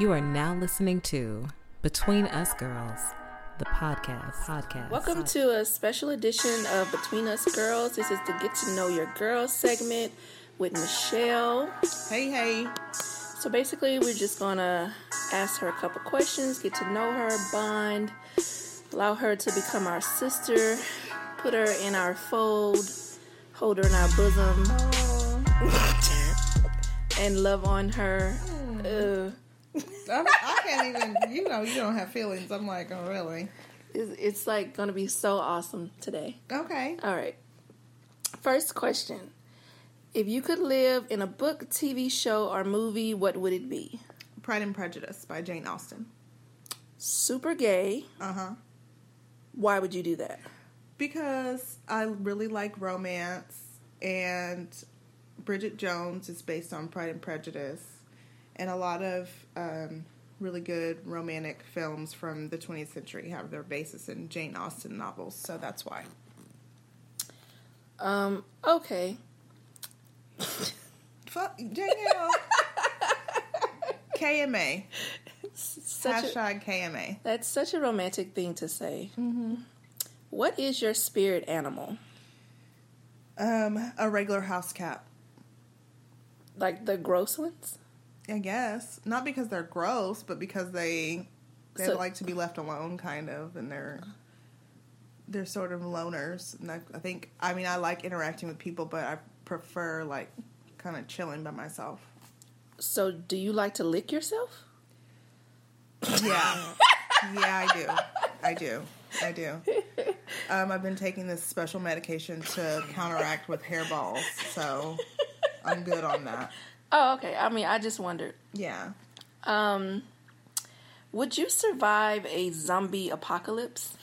You are now listening to Between Us Girls, the podcast. Podcast. Welcome to a special edition of Between Us Girls. This is the Get to Know Your Girls segment with Michelle. Hey, hey. So basically, we're just gonna ask her a couple questions, get to know her, bond, allow her to become our sister, put her in our fold, hold her in our bosom, and love on her. Ugh. I'm, I can't even, you know, you don't have feelings. I'm like, oh, really? It's, it's like gonna be so awesome today. Okay. All right. First question. If you could live in a book, TV show, or movie, what would it be? Pride and Prejudice by Jane Austen. Super gay. Uh huh. Why would you do that? Because I really like romance, and Bridget Jones is based on Pride and Prejudice, and a lot of um, really good romantic films from the 20th century have their basis in Jane Austen novels, so that's why. Um, okay. Fuck, JL. KMA. Such a, Hashtag KMA. that's such a romantic thing to say. Mm-hmm. is your spirit animal? Um, a regular house cat. Like the gross ones? I guess not because they're gross, but because they they So- like to be left alone, kind of, and they're they're sort of loners. And I, I think I mean I like interacting with people, but I prefer like kind of chilling by myself. So, do you like to lick yourself? Yeah, yeah, I do, I do, I do. Um, I've been taking this special medication to counteract with hairballs, so I'm good on that. Oh, okay. I mean, I just wondered. Yeah. Um, would you survive a zombie apocalypse?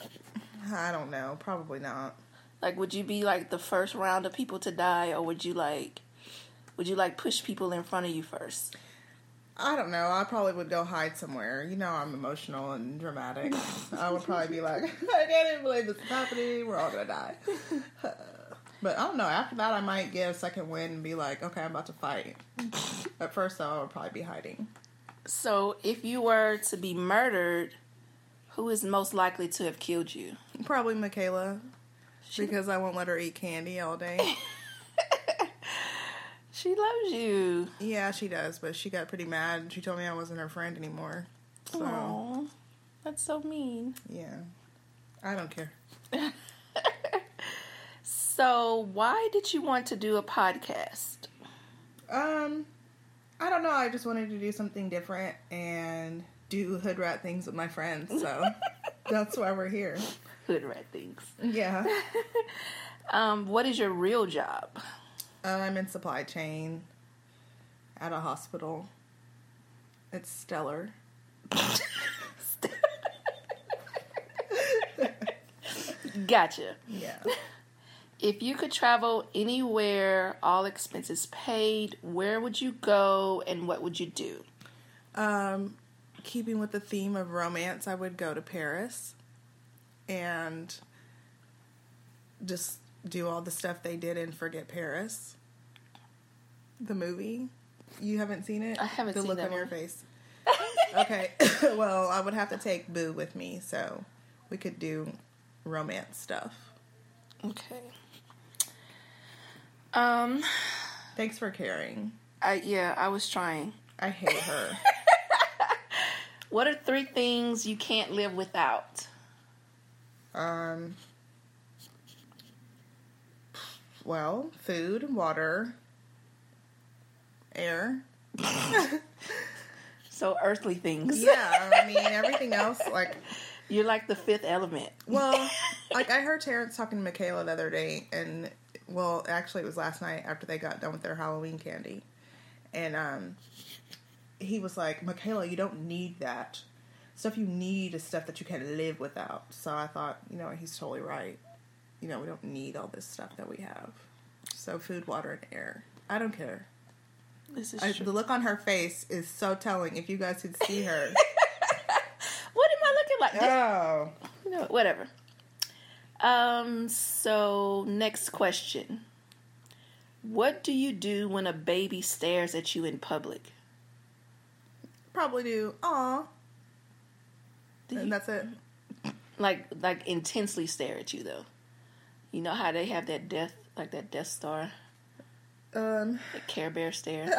I don't know. Probably not. Like, would you be like the first round of people to die, or would you like, would you like push people in front of you first? I don't know. I probably would go hide somewhere. You know, I'm emotional and dramatic. I would probably be like, I can't even believe this is happening. We're all gonna die. but I don't know. After that, I might get a second win and be like, okay, I'm about to fight. At first, though, I would probably be hiding. So, if you were to be murdered, who is most likely to have killed you? Probably Michaela because I won't let her eat candy all day. She loves you. yeah, she does, but she got pretty mad and she told me I wasn't her friend anymore. So, Aw, that's so mean. yeah, I don't care. So, why did you want to do a podcast? Um, I don't know. I just wanted to do something different and do hood rat things with my friends. So that's why we're here. Hood rat things. Yeah. Um, what is your real job? Uh, I'm in supply chain at a hospital. It's stellar. Gotcha. Yeah. If you could travel anywhere, all expenses paid, where would you go and what would you do? Um, keeping with the theme of romance, I would go to Paris and just do all the stuff they did in Forget Paris, the movie. You haven't seen it? I haven't the seen look that on your one. face. okay. well, I would have to take Boo with me, so we could do romance stuff. Okay. Um, Thanks for caring. I yeah, I was trying. I hate her. What are three things you can't live without? Um, well, food, water, air. So earthly things. Yeah, I mean everything else. Like, You're like the fifth element. well, like I heard Terrence talking to Michaela the other day, and well, actually it was last night after they got done with their Halloween candy, and um, he was like, Michaela, you don't need that. Stuff you need is stuff that you can live without. So I thought, you know, he's totally right. You know, we don't need all this stuff that we have. So food, water, and air. I don't care. This is I, true. the look on her face is so telling. If you guys could see her. What am I looking like? This- oh. you know, whatever. Um, so next question. What do you do when a baby stares at you in public? probably do aw, Did and he- that's it. like like intensely stare at you though. You know how they have that death like that Death Star, Um, that Care Bear stare.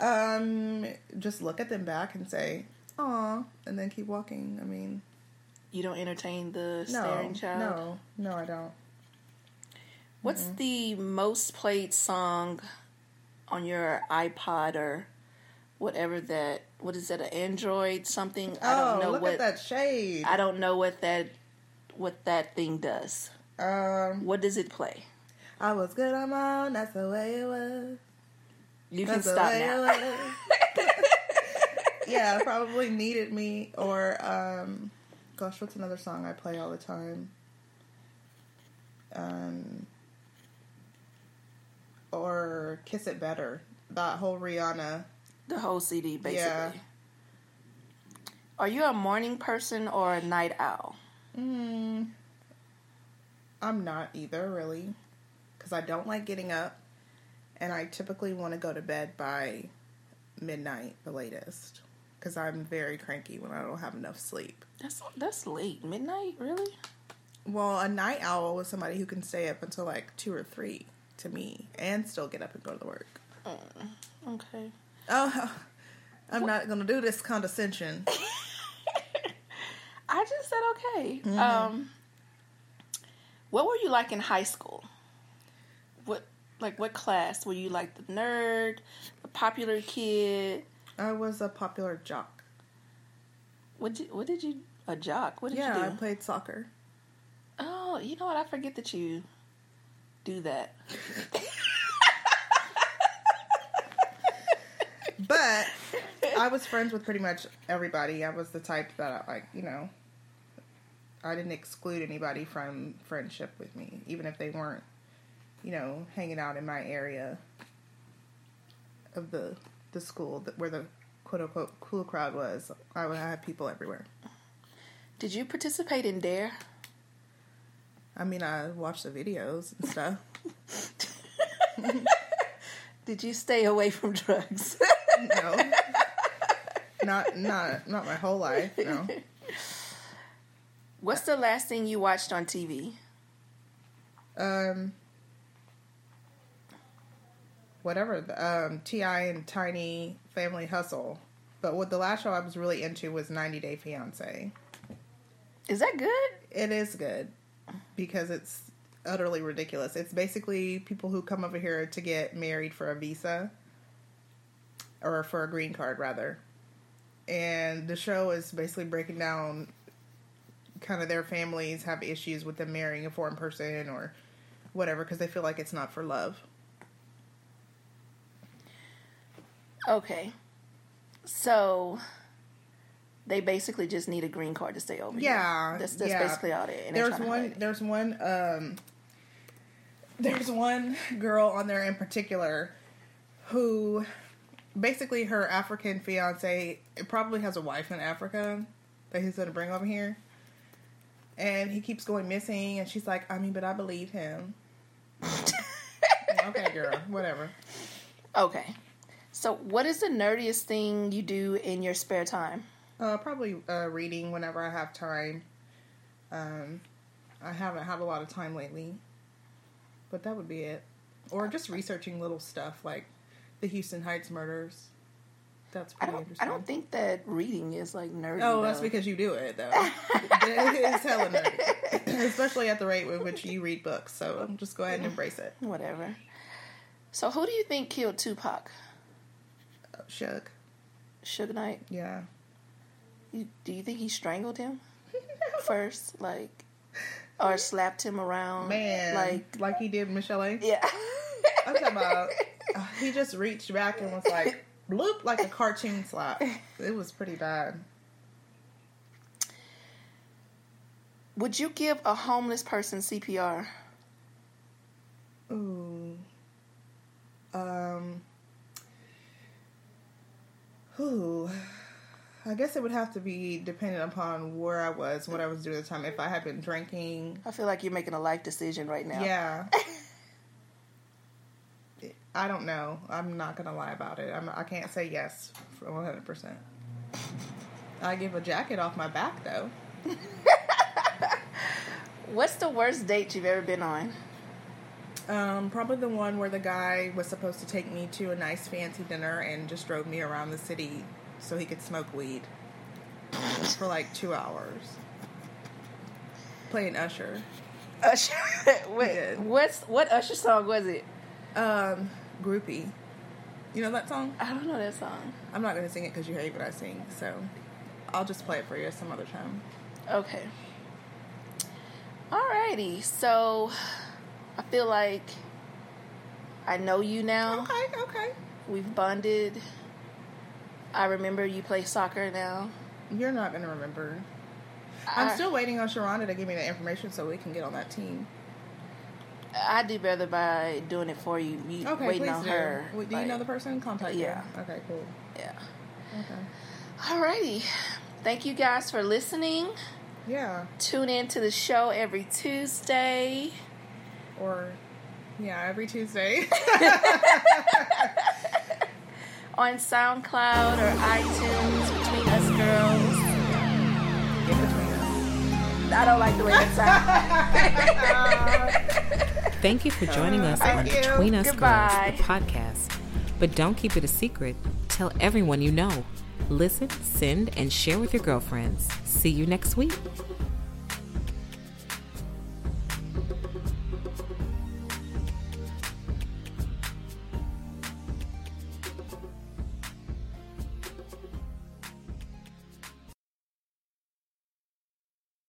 um, just look at them back and say aw, and then keep walking. I mean, You don't entertain the no, staring child. no, no, I don't. What's the most played song on your iPod or whatever that? What is that? An Android something? I Oh, don't know look what. at that shade. I don't know what that what that thing does. um, What does it play? I was good on my own. That's the way it was. You can That's the stop way now. it was. yeah, probably needed me or um, gosh, what's another song I play all the time? Um, or kiss it better. That whole Rihanna. The whole CD, basically. Yeah. Are you a morning person or a night owl? Mm, I'm not either, really, because I don't like getting up, and I typically want to go to bed by midnight, the latest, because I'm very cranky when I don't have enough sleep. That's that's late. Midnight, really? Well, a night owl was somebody who can stay up until like two or three to me, and still get up and go to work. Okay. Oh, I'm not gonna do this condescension. I just said okay. Um, what were you like in high school? What like what class were you like the nerd, the popular kid? I was a popular jock. What did, what did you a jock? What did Yeah, you I do? played soccer. oh, you know what? I forget that you do that. but I was friends with pretty much everybody. I was the type that I like, you know, I didn't exclude anybody from friendship with me, even if they weren't, you know, hanging out in my area of the the school that where the quote unquote cool crowd was. I would have people everywhere. Did you participate in Dare? I mean, I watched the videos and stuff. Did you stay away from drugs? no, not not not my whole life. No. What's the last thing you watched on TV? um whatever the, um ti and tiny family hustle but what the last show i was really into was 90 day fiance Is that good? it is good because it's utterly ridiculous it's basically people who come over here to get married for a visa or for a green card rather and the show is basically breaking down kind of their families have issues with them marrying a foreign person or whatever because they feel like it's not for love Okay. So they basically just need a green card to stay over. here. Yeah, That's that's yeah. basically all they and they're there's trying to one hide it. there's one um there's one girl on there in particular who basically her african fiance probably has a wife in africa that he's going to bring over here and he keeps going missing and she's like i mean but i believe him okay girl whatever Okay. So what is the nerdiest thing you do in your spare time? Uh, probably uh, reading whenever I have time. Um, I haven't had a lot of time lately, but that would be it. Or just researching little stuff like the Houston Heights murders. That's I pretty don't I interesting. don't think that reading is like nerdy. Oh, that's though. because you do it though. it's hella nerdy, especially at the rate with which you read books. So just go ahead and embrace it. whatever. So who do you think killed Tupac? Oh, Shook. Suge Knight? Yeah. You, do you think he strangled him first, like, or slapped him around? Man, like, like like he did Michelle. A. yeah, I'm talking about uh, he just reached back and was like bloop like a cartoon slap. It was pretty bad. Would you give a homeless person CPR? Ooh. Um Ooh. I guess it would have to be dependent upon where I was, what I was doing at the time. If I had been drinking, I feel like you're making a life decision right now. yeah. I don't know. I'm not gonna lie about it. I'm, I can't say yes for 100. percent I give a jacket off my back though. What's the worst date you've ever been on? Um, probably the one where the guy was supposed to take me to a nice fancy dinner and just drove me around the city so he could smoke weed for like two hours. Playing Usher. Usher. Wait, Yeah. What's what Usher song was it? Um, groupie. You know that song? I don't know that song. I'm not gonna sing it because you hate what I sing, so I'll just play it for you some other time. Okay. Alrighty. So I feel like I know you now. Okay, okay. We've bonded. I remember you play soccer now. You're not gonna remember. I'm I- still waiting on Sharonda to give me the information so we can get on that team. I do better by doing it for you. you Okay, waiting please on do. her. Wait, do you like, know the person? Contact. her. Yeah. Okay. Cool. Yeah. Okay. Alrighty. Thank you guys for listening. Yeah. Tune in to the show every Tuesday. Or yeah, every Tuesday. on SoundCloud or iTunes between us girls. I don't like the way that sounds. Thank you for joining us on thank you. Between Us Goodbye. Girls, the podcast. But don't keep it a secret. Tell everyone you know. Listen, send, and share with your girlfriends. See you next week.